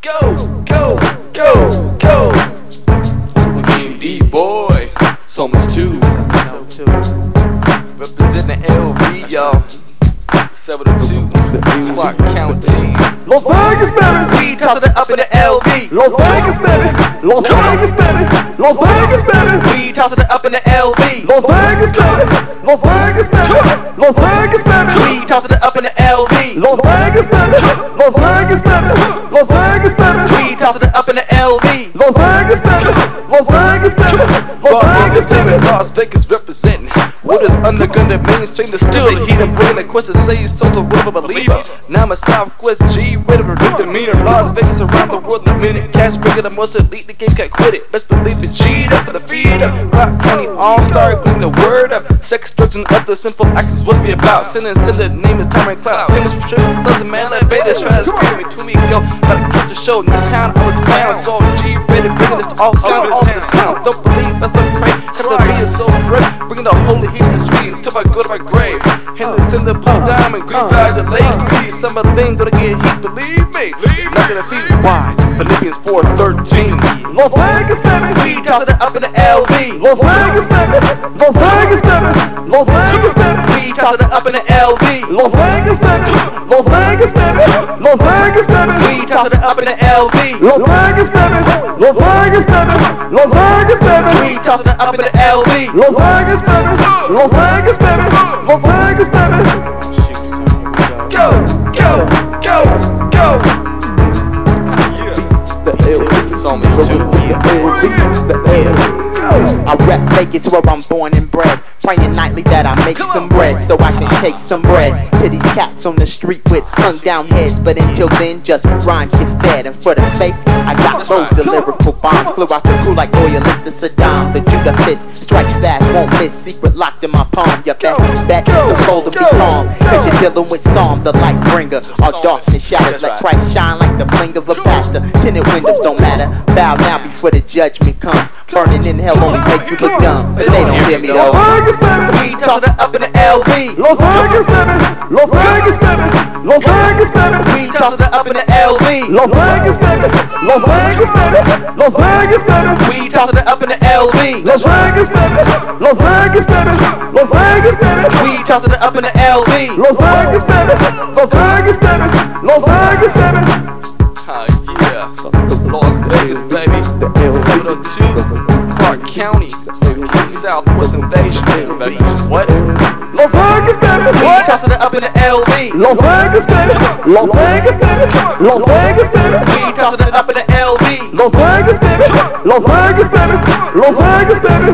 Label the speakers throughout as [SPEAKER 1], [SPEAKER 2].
[SPEAKER 1] Go, go, go, go. The game D boy, so much two. Representing LB, y'all. 702, Clark County.
[SPEAKER 2] Las Vegas, baby.
[SPEAKER 1] We tossing it up in the LB.
[SPEAKER 2] Las Vegas, baby. Las Vegas, baby. Las Vegas, baby.
[SPEAKER 1] We tossing it up in the LB.
[SPEAKER 2] Las Vegas, baby. Las Vegas, baby. Las Vegas, baby.
[SPEAKER 1] We tossing it up in the LB.
[SPEAKER 2] Las Vegas, baby. Las Vegas, baby. Las Vegas,
[SPEAKER 1] We
[SPEAKER 2] baby.
[SPEAKER 1] tossing it up in the LB.
[SPEAKER 2] Las Vegas, baby. Las Vegas, baby. Las Vegas, baby.
[SPEAKER 1] Las Vegas representing. What is underground that mainstream is still he done bring the question say so the world of a believer. Now I'm a Southwest G with a reduced demeanor. Las Vegas around the world in a minute. Cash breaking the most elite, the game can't quit it. Best believe it, G'd up for the feed up. Rock County All Star, clean the word up. Sex, drugs, and other simple acts is what we about. Sin and sin, the name is Tyron Cloud. Famous for sure, doesn't man like Vegas. Try to scare me to me, go. Gotta catch the show in this town, I was found. So G rated, bringing this to all sound, all this clown. Don't believe that's a crank. Cause the beat is so bright, bringing the holy heat to the street until I go to my grave. Henderson, the blue diamond, green flag, the lake me. Some of the things gonna get heat, believe me. Not gonna feed why. Philippians 4:13.
[SPEAKER 2] Las Vegas,
[SPEAKER 1] We
[SPEAKER 2] baby.
[SPEAKER 1] tossing it up in the LV.
[SPEAKER 2] Las Vegas, baby. Las Vegas, baby. Las Vegas, baby.
[SPEAKER 1] We tossing it up in the LV.
[SPEAKER 2] Las Vegas, baby. Las Vegas, baby. Las Vegas,
[SPEAKER 1] We
[SPEAKER 2] baby.
[SPEAKER 1] tossing it up in the LV.
[SPEAKER 2] Las Vegas, baby. Las Vegas, baby. Las Vegas,
[SPEAKER 1] We
[SPEAKER 2] baby.
[SPEAKER 1] tossing it up in the LV.
[SPEAKER 2] Las Vegas, baby. Las Vegas, baby. Las Vegas, baby.
[SPEAKER 1] Go, go, go, go.
[SPEAKER 3] the ill.
[SPEAKER 1] Song is
[SPEAKER 3] So
[SPEAKER 1] too.
[SPEAKER 3] we the ill, the ill. I rep Vegas where I'm born and bred. Praying nightly that I make
[SPEAKER 1] Come on,
[SPEAKER 3] some bread so I can take some bread to these cats on the street with hung down heads. But until then, just rhymes get fed. And for the fake, I got loads of lyrical bombs. Flew out the cool like oil to Saddam. The Judah fist strikes fast, won't miss. Secret locked in my palm. Your best bet is the cold to be calm. Cause you're dealing with Psalm, the light bringer. All darks and shadows
[SPEAKER 1] That's
[SPEAKER 3] let
[SPEAKER 1] right.
[SPEAKER 3] Christ shine like the bling of a pastor. Tinted windows don't matter. Bow now before the judgment comes. Burning in hell only make you look dumb. But they don't hear me
[SPEAKER 2] Las
[SPEAKER 3] though.
[SPEAKER 2] Vegas, baby.
[SPEAKER 1] We tossing it up in the LV.
[SPEAKER 2] Las Vegas, baby. Las Vegas, baby. Las Vegas, baby.
[SPEAKER 1] We tossing it up in the LV.
[SPEAKER 2] Las Vegas, baby. Las Vegas, baby. Las Vegas, baby.
[SPEAKER 1] We tossing it up in the LV.
[SPEAKER 2] Las Vegas, baby. Las Vegas, baby. Las Vegas, baby.
[SPEAKER 1] We tossing it up in the LV.
[SPEAKER 2] Las Vegas, baby. Las Vegas, baby. Las Vegas, baby.
[SPEAKER 1] Ah, yeah. Las Vegas, baby. 702 Clark County. Southwest invasion, baby. What?
[SPEAKER 2] Las Vegas, baby.
[SPEAKER 1] We tossing it up in the LV.
[SPEAKER 2] Las Vegas, baby. Las Vegas, baby. Las Vegas, baby.
[SPEAKER 1] We tossing it up in the LV.
[SPEAKER 2] Las Vegas, baby. Las Vegas, baby. Las Vegas, baby.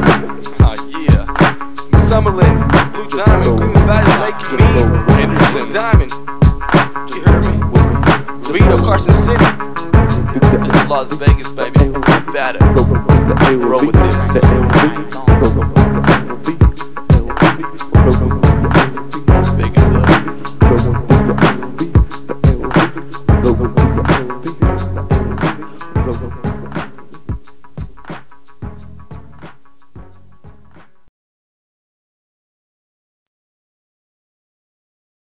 [SPEAKER 1] Ah, yeah. Summerlin, Blue Diamond, Green Valley, Lake Mead, Henderson, Diamond. You heard me? Reno, Carson City. This is Las Vegas, baby. Nevada. Roll with this.